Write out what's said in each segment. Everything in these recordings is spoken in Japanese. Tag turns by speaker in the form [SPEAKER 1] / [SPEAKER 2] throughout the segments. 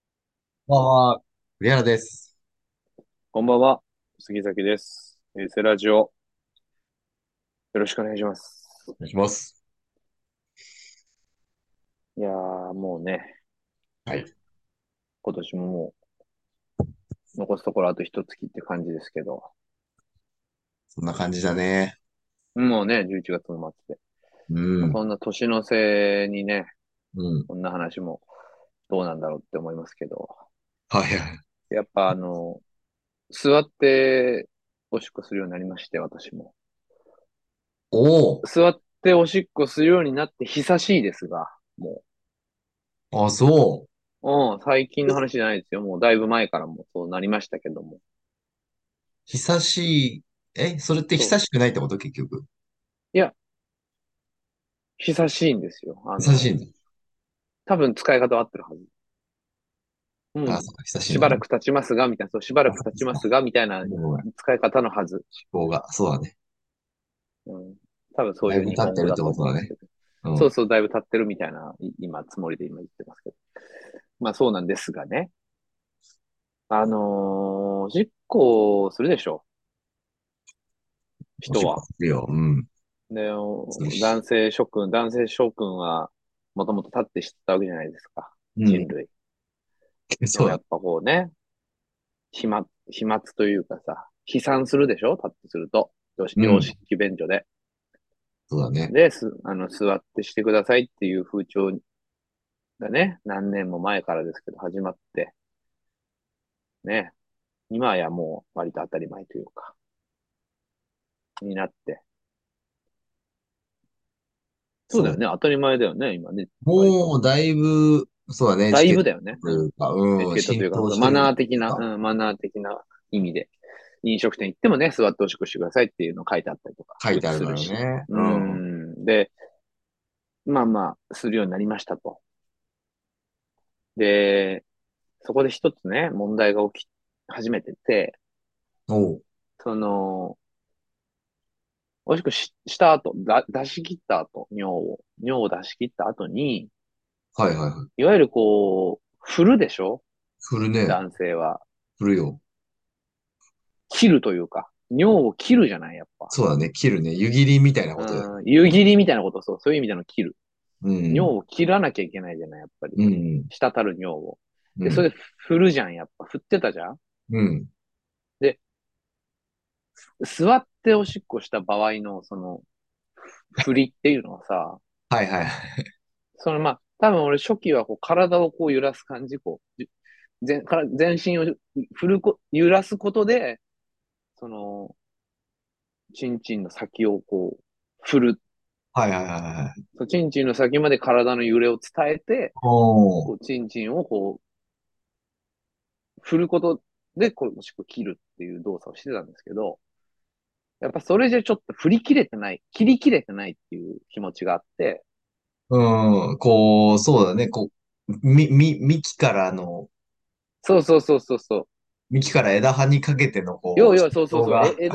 [SPEAKER 1] こんばんは、栗原です。
[SPEAKER 2] こんばんは、杉崎です。えーセラジオ、よろしくお願いします。
[SPEAKER 1] お願いします。
[SPEAKER 2] いやー、もうね、
[SPEAKER 1] はい。
[SPEAKER 2] 今年ももう残すところあと一月って感じですけど、
[SPEAKER 1] そんな感じだね。
[SPEAKER 2] もうね、11月の末で。
[SPEAKER 1] う
[SPEAKER 2] まあ
[SPEAKER 1] ん、
[SPEAKER 2] そんな年の瀬にね、
[SPEAKER 1] うん。
[SPEAKER 2] こんな話もどうなんだろうって思いますけど、
[SPEAKER 1] はいはい。
[SPEAKER 2] やっぱあの、座っておしっこするようになりまして、私も。
[SPEAKER 1] お
[SPEAKER 2] 座っておしっこするようになって久しいですが、も、
[SPEAKER 1] お、あ、そう
[SPEAKER 2] うん、最近の話じゃないですよ。もうだいぶ前からもうそうなりましたけども。
[SPEAKER 1] う。久しい。え、それって
[SPEAKER 2] そう。
[SPEAKER 1] 久しくないってこと結局。
[SPEAKER 2] いや、久しいんですよ。あ
[SPEAKER 1] 久しい
[SPEAKER 2] の、
[SPEAKER 1] んだ。
[SPEAKER 2] 多分使い方は合ってるはず。も
[SPEAKER 1] あ、
[SPEAKER 2] う、
[SPEAKER 1] そうか、久しい
[SPEAKER 2] し
[SPEAKER 1] の
[SPEAKER 2] ば
[SPEAKER 1] かな。
[SPEAKER 2] らく経ちますが、みたいな、そう、しばら
[SPEAKER 1] あ、
[SPEAKER 2] く
[SPEAKER 1] そ
[SPEAKER 2] 経ち
[SPEAKER 1] う
[SPEAKER 2] ま
[SPEAKER 1] か。
[SPEAKER 2] すが、みたいな
[SPEAKER 1] ごめんごめん。
[SPEAKER 2] 使い方のはず。
[SPEAKER 1] 思考が。そうだね。
[SPEAKER 2] うん。多分そう
[SPEAKER 1] だ
[SPEAKER 2] い
[SPEAKER 1] いうぶ
[SPEAKER 2] 日
[SPEAKER 1] 経っ
[SPEAKER 2] 本
[SPEAKER 1] て
[SPEAKER 2] 語
[SPEAKER 1] るっ
[SPEAKER 2] だ
[SPEAKER 1] て
[SPEAKER 2] と
[SPEAKER 1] こと
[SPEAKER 2] 思うん
[SPEAKER 1] だ
[SPEAKER 2] です
[SPEAKER 1] ね。
[SPEAKER 2] けど。
[SPEAKER 1] う。
[SPEAKER 2] そうんそう、だいぶ経ってるみたいな、い今、つもりで今言ってますけど。まあそうなんですがね。あのー、おしっこをするでしょ
[SPEAKER 1] お
[SPEAKER 2] 人
[SPEAKER 1] しっこ
[SPEAKER 2] は。
[SPEAKER 1] するよ。うん。す
[SPEAKER 2] で、
[SPEAKER 1] る
[SPEAKER 2] お
[SPEAKER 1] し。
[SPEAKER 2] 男性諸君、男性諸君は、もともと立って知ったわけじゃないですか。
[SPEAKER 1] う
[SPEAKER 2] 人
[SPEAKER 1] ん。
[SPEAKER 2] 類。で
[SPEAKER 1] そう
[SPEAKER 2] もや
[SPEAKER 1] だ。
[SPEAKER 2] っぱこうね、飛沫、飛沫というかさ、飛散するでしょ立ってすると。よし
[SPEAKER 1] う
[SPEAKER 2] 洋
[SPEAKER 1] ん。
[SPEAKER 2] 式便所で。
[SPEAKER 1] そう だね。
[SPEAKER 2] で、す、あの、座ってしてくださいっていう風潮がね、何年も前からですけど始まって、ね、今やもう割と当たり前というか、になって。そう
[SPEAKER 1] そ
[SPEAKER 2] だ
[SPEAKER 1] う
[SPEAKER 2] よ
[SPEAKER 1] だ。
[SPEAKER 2] ね、当たり前だよね、今ね、割と。
[SPEAKER 1] もう、だいぶ、そうだね、エ
[SPEAKER 2] だ
[SPEAKER 1] チ
[SPEAKER 2] い
[SPEAKER 1] ケット
[SPEAKER 2] ぶだよね。
[SPEAKER 1] と
[SPEAKER 2] う
[SPEAKER 1] い
[SPEAKER 2] ん。
[SPEAKER 1] うか、
[SPEAKER 2] エチ
[SPEAKER 1] うん、
[SPEAKER 2] ケ
[SPEAKER 1] 浸
[SPEAKER 2] ットというか、
[SPEAKER 1] 透して
[SPEAKER 2] マ
[SPEAKER 1] る
[SPEAKER 2] ナ
[SPEAKER 1] と
[SPEAKER 2] ー的な、
[SPEAKER 1] いうか、
[SPEAKER 2] うん、マナー的な意味で、飲食店行ってもね、座っておしっこしてくださいっていうの書いてあったりとか
[SPEAKER 1] 書いてある
[SPEAKER 2] す
[SPEAKER 1] の
[SPEAKER 2] る
[SPEAKER 1] よ
[SPEAKER 2] し。
[SPEAKER 1] ね。
[SPEAKER 2] う
[SPEAKER 1] うん。
[SPEAKER 2] ん。で、まあまあ、するようになりましたと。で、そこで一つね、問題が起き始めてて、
[SPEAKER 1] おう。
[SPEAKER 2] その、おしっこし、した後、だ、出し切った後、尿を、尿を出し切った後に、
[SPEAKER 1] はいはいはい。
[SPEAKER 2] いわゆるこう、振るでしょ
[SPEAKER 1] 振るね。
[SPEAKER 2] 男性は。
[SPEAKER 1] 振るよ。
[SPEAKER 2] 切るというか、尿を切るじゃない、やっぱ。
[SPEAKER 1] そうだね。切るね。湯切りみたいなことだよ。
[SPEAKER 2] うん、湯切りみたいなこと、そう、そういう意味での切る。
[SPEAKER 1] うん。
[SPEAKER 2] 尿を切らなきゃいけないじゃない、やっぱり。
[SPEAKER 1] うん。
[SPEAKER 2] 滴る尿を。
[SPEAKER 1] う
[SPEAKER 2] で、それ
[SPEAKER 1] ん。
[SPEAKER 2] で振るじゃん、やっぱ。振ってたじゃん。
[SPEAKER 1] うん。
[SPEAKER 2] で、座っておしっこした場合の、その、振りっていうのはさ、
[SPEAKER 1] はいはいはい。
[SPEAKER 2] そのまあ、多分俺初期はこう体をこう揺らす感じ、こう、じ全、から全身を振るこ、揺らすことで、その、チンチンの先をこう、振る。
[SPEAKER 1] はいはいはいはい。
[SPEAKER 2] そう、チンチンの先まで体の揺れを伝えて、
[SPEAKER 1] お
[SPEAKER 2] こ
[SPEAKER 1] ー。
[SPEAKER 2] う、チンチンをこう、振ることで、こう、もしくは切るっていう動作をしてたんですけど、やっぱそれじゃちょっと振り切れてない、切り切れてないっていう気持ちがあって、
[SPEAKER 1] うん。こう、そうだね。こう、み、み、幹からの、
[SPEAKER 2] そうそうそうそうそう
[SPEAKER 1] 幹から枝葉にかけての、
[SPEAKER 2] よ
[SPEAKER 1] こ
[SPEAKER 2] う
[SPEAKER 1] う、
[SPEAKER 2] よ
[SPEAKER 1] 浸
[SPEAKER 2] う、そうそう
[SPEAKER 1] 透
[SPEAKER 2] そう、え、
[SPEAKER 1] が、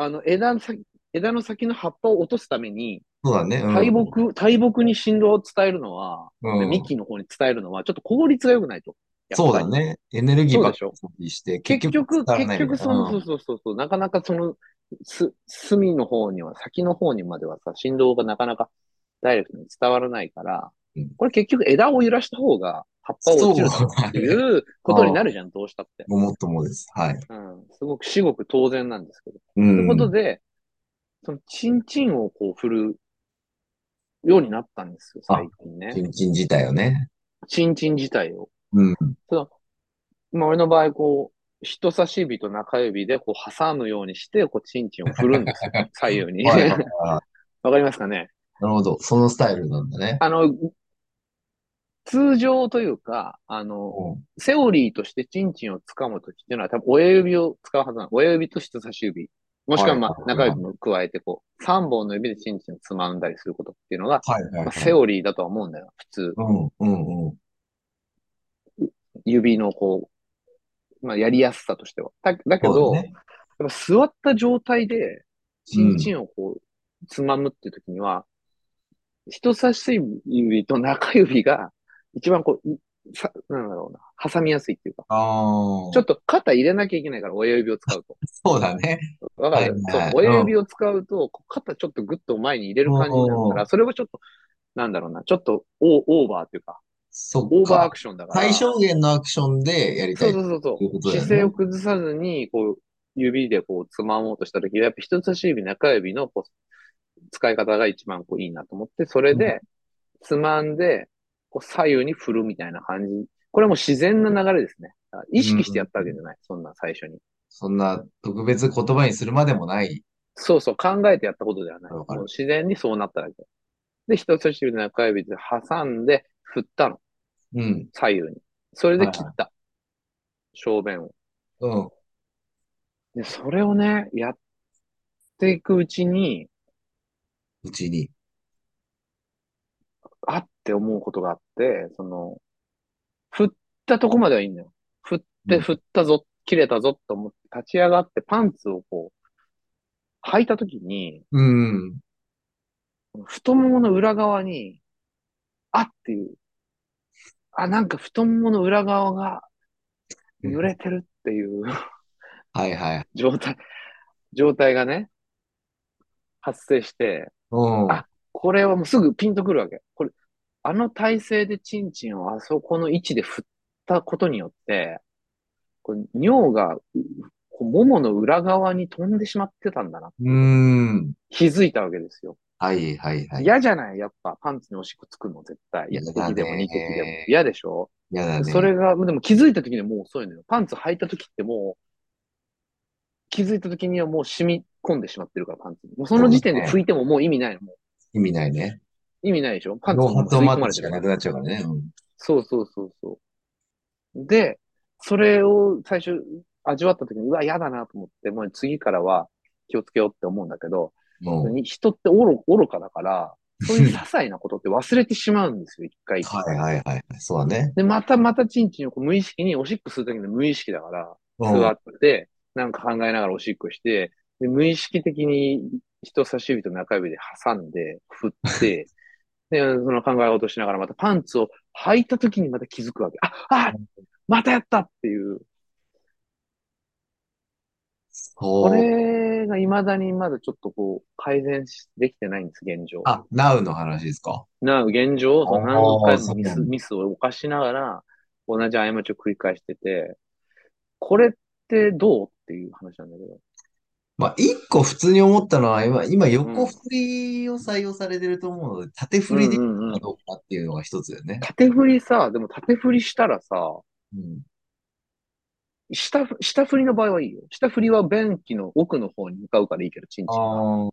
[SPEAKER 2] 枝、あの、枝の先、枝の先の葉っぱを落とすために、
[SPEAKER 1] そうだね。
[SPEAKER 2] 大
[SPEAKER 1] うん。
[SPEAKER 2] 木、大木に振動を伝えるのは、で
[SPEAKER 1] うん。
[SPEAKER 2] 幹の方に伝えるのは、ちょっと効率が良くないと。やっ
[SPEAKER 1] そう
[SPEAKER 2] ぱ
[SPEAKER 1] だ
[SPEAKER 2] り。
[SPEAKER 1] ね。エネルギー
[SPEAKER 2] そう
[SPEAKER 1] ばっ
[SPEAKER 2] で
[SPEAKER 1] か
[SPEAKER 2] しょ
[SPEAKER 1] り消費して、結
[SPEAKER 2] 結
[SPEAKER 1] 局伝
[SPEAKER 2] 局、
[SPEAKER 1] わら
[SPEAKER 2] 結
[SPEAKER 1] ないみ
[SPEAKER 2] 局、
[SPEAKER 1] たい
[SPEAKER 2] その、
[SPEAKER 1] な。う。
[SPEAKER 2] そうんそうそうそう、なかなかその、す、隅の方には、先の方にまではさ、振動がなかなかダイレクトに伝わらないから、
[SPEAKER 1] うん
[SPEAKER 2] これ結局枝を揺らした方が葉っぱ落ち
[SPEAKER 1] そう
[SPEAKER 2] るだろうっ
[SPEAKER 1] だ
[SPEAKER 2] て
[SPEAKER 1] ね。
[SPEAKER 2] いうことに
[SPEAKER 1] あ
[SPEAKER 2] な
[SPEAKER 1] あ、
[SPEAKER 2] るじゃん、どうしたって。
[SPEAKER 1] ごもっともです。はい。
[SPEAKER 2] うん、すごく至極当然なんですけど。っ
[SPEAKER 1] う
[SPEAKER 2] てこと
[SPEAKER 1] ん。
[SPEAKER 2] で、その、チンチンをこう振るようになったんですよ、
[SPEAKER 1] あ、
[SPEAKER 2] 最近
[SPEAKER 1] チ
[SPEAKER 2] ね。
[SPEAKER 1] ンチン自体よね。
[SPEAKER 2] チンチン自体を。
[SPEAKER 1] うん。
[SPEAKER 2] その、まあ、俺の場合、こう、人差し指と中指で、こう、挟むようにして、こう、チンチンを振る んですよ。左右に。
[SPEAKER 1] はいはいはい。
[SPEAKER 2] わかりますかね
[SPEAKER 1] なるほど。そのスタイルなんだね。
[SPEAKER 2] あの、通常というか、あ
[SPEAKER 1] う
[SPEAKER 2] の、
[SPEAKER 1] ん。
[SPEAKER 2] セオリーとしてチンチンを掴むときっていうのは、多分親指を使うはずなの。親指と人差し指。もし
[SPEAKER 1] は
[SPEAKER 2] く
[SPEAKER 1] い
[SPEAKER 2] は、
[SPEAKER 1] はい
[SPEAKER 2] まあ、中
[SPEAKER 1] は
[SPEAKER 2] 指も加えて、こう、3本の指でチンチンをつまんだりすることっていうのが、
[SPEAKER 1] い。はいはい
[SPEAKER 2] まあ、
[SPEAKER 1] は
[SPEAKER 2] セ
[SPEAKER 1] い。
[SPEAKER 2] オリーだとは思うんだよ。普通。
[SPEAKER 1] うんうんうん。
[SPEAKER 2] 指の、こう、まあ、やりやすさとしては。だ、だけ
[SPEAKER 1] そうだ
[SPEAKER 2] ど、
[SPEAKER 1] ね。
[SPEAKER 2] やっぱ座った状態で、
[SPEAKER 1] う
[SPEAKER 2] チンチ
[SPEAKER 1] ん。
[SPEAKER 2] ンをこう、つまむっていうときには、人差し指と中指が、一番こう、さ、なんだろうな、挟みやすいっていうか、
[SPEAKER 1] ああ、
[SPEAKER 2] ちょっと肩入れなきゃいけないから、親指を使うと。
[SPEAKER 1] そうだね。
[SPEAKER 2] わかる、
[SPEAKER 1] はいはい
[SPEAKER 2] そう親指を使うと、こう肩ちょっとグッと前に入れる感じになるか
[SPEAKER 1] う
[SPEAKER 2] ら、それをちょっと、なんだろうな、ちょっとオーオーバーっていうか、
[SPEAKER 1] そ
[SPEAKER 2] オ
[SPEAKER 1] っ
[SPEAKER 2] ーバーア
[SPEAKER 1] か。
[SPEAKER 2] クションだから、
[SPEAKER 1] 最小限のアクションでやりた
[SPEAKER 2] そう
[SPEAKER 1] い。
[SPEAKER 2] そうそう
[SPEAKER 1] ということ
[SPEAKER 2] そう、
[SPEAKER 1] だよね
[SPEAKER 2] 姿勢を崩さずに、こう、指でこう、つまもうとしたときは、やっぱ人差し指、中指のこう使い方が一番こういいなと思って、それで、つまんで、こう左右に振るみたいな感じ。これはもう自然な流れですね。だから意識してやったわけじゃない。そんな最初に。
[SPEAKER 1] そんな特別言葉にするまでもない。
[SPEAKER 2] そうそう、考えてやったことではない。
[SPEAKER 1] わかる
[SPEAKER 2] もう自然にそうなっただけ。で、人差し指、中指で挟んで、振ったの。
[SPEAKER 1] うん。
[SPEAKER 2] 左右に。それで切った。小便を。
[SPEAKER 1] うん。
[SPEAKER 2] で、それをね、やっていくうちに、
[SPEAKER 1] うちに。
[SPEAKER 2] あって思うことがあって、その、振ったとこまではいいんだよ。振っ
[SPEAKER 1] う
[SPEAKER 2] て、
[SPEAKER 1] ん
[SPEAKER 2] 振ったぞ、切れたぞと思って立ち上がってパンツをこう、履いたときに、
[SPEAKER 1] うん。
[SPEAKER 2] 太ももの裏側に、あっていう、あ、なんか太ももの裏側が揺れてるっていう
[SPEAKER 1] はいはい。
[SPEAKER 2] 状態、状態がね、発生して、
[SPEAKER 1] うん。
[SPEAKER 2] あこれはもうすぐピンとくるわけ。これ、あの体勢でチンチンをあそこの位置で振ったことによって、こう尿が、うこうももの裏側に飛んでしまってたんだな。
[SPEAKER 1] うん。
[SPEAKER 2] 気づいたわけですよ。
[SPEAKER 1] はいはいはい。
[SPEAKER 2] 嫌じゃないやっぱ、パンツにおしっこつくの、絶対。
[SPEAKER 1] 嫌
[SPEAKER 2] 1
[SPEAKER 1] だね
[SPEAKER 2] 滴でも2滴でも。嫌でしょ
[SPEAKER 1] やだね。
[SPEAKER 2] それが、でも気づいた時にはもう遅いのよ。パンツ履いた時ってもう、気づいた時にはもう染み込んでしまってるから、パンツに。もうその時点で拭いてももう意味ないの。も
[SPEAKER 1] 意味ないね。
[SPEAKER 2] う意味ないでしょパンツ
[SPEAKER 1] ノ
[SPEAKER 2] に
[SPEAKER 1] ーハ
[SPEAKER 2] もう
[SPEAKER 1] ッ
[SPEAKER 2] 吸
[SPEAKER 1] ト
[SPEAKER 2] い
[SPEAKER 1] マ
[SPEAKER 2] 込
[SPEAKER 1] ーク
[SPEAKER 2] まれて
[SPEAKER 1] し
[SPEAKER 2] る
[SPEAKER 1] か
[SPEAKER 2] から
[SPEAKER 1] なくなっちゃうからね。うん。
[SPEAKER 2] そうそうそうそう。で、それを最初味わった時に、うわ、嫌だなと思って、もう次からは気をつけようって思うんだけど、
[SPEAKER 1] もう。
[SPEAKER 2] 人って愚愚かだから、そう いう些細なことって忘れてしまうんですよ、一回一回。
[SPEAKER 1] はいはいはい。そうだね。
[SPEAKER 2] で、またまたチンチンをこう無意識に、おしっこするときの無意識だから、
[SPEAKER 1] うん。
[SPEAKER 2] 座って、なんか考えながらおしっこして、で無意識的に人差し指と中指で挟んで、振 って、で、その考え事しながらまたパンツを履いた時にまた気づくわけ。あ、あまたやったっていう。こ
[SPEAKER 1] そう。
[SPEAKER 2] れが未だにまだちょっとこう、改善しできてないんです、現状。
[SPEAKER 1] あ、ナウの話ですか。
[SPEAKER 2] な、現状、その何
[SPEAKER 1] あー
[SPEAKER 2] 回
[SPEAKER 1] そ
[SPEAKER 2] も
[SPEAKER 1] う
[SPEAKER 2] ミ
[SPEAKER 1] なん
[SPEAKER 2] ス、
[SPEAKER 1] だ
[SPEAKER 2] ミスを犯しながら、同じ過ちを繰り返してて、これってどうっていう話なんだけど。
[SPEAKER 1] まあ、一個普通に思ったのは、今、今
[SPEAKER 2] う
[SPEAKER 1] 横
[SPEAKER 2] ん
[SPEAKER 1] 振りを採用されてると思うので、縦振
[SPEAKER 2] う
[SPEAKER 1] り
[SPEAKER 2] ん
[SPEAKER 1] できる
[SPEAKER 2] うんうん
[SPEAKER 1] か。どうかっていうのが一つだよね。
[SPEAKER 2] 縦振りさ、でも縦振りしたらさ、
[SPEAKER 1] うん。
[SPEAKER 2] 下、下振りの場合はいいよ。下振りは便器の奥の方に向かうからいいけど、チンチンは。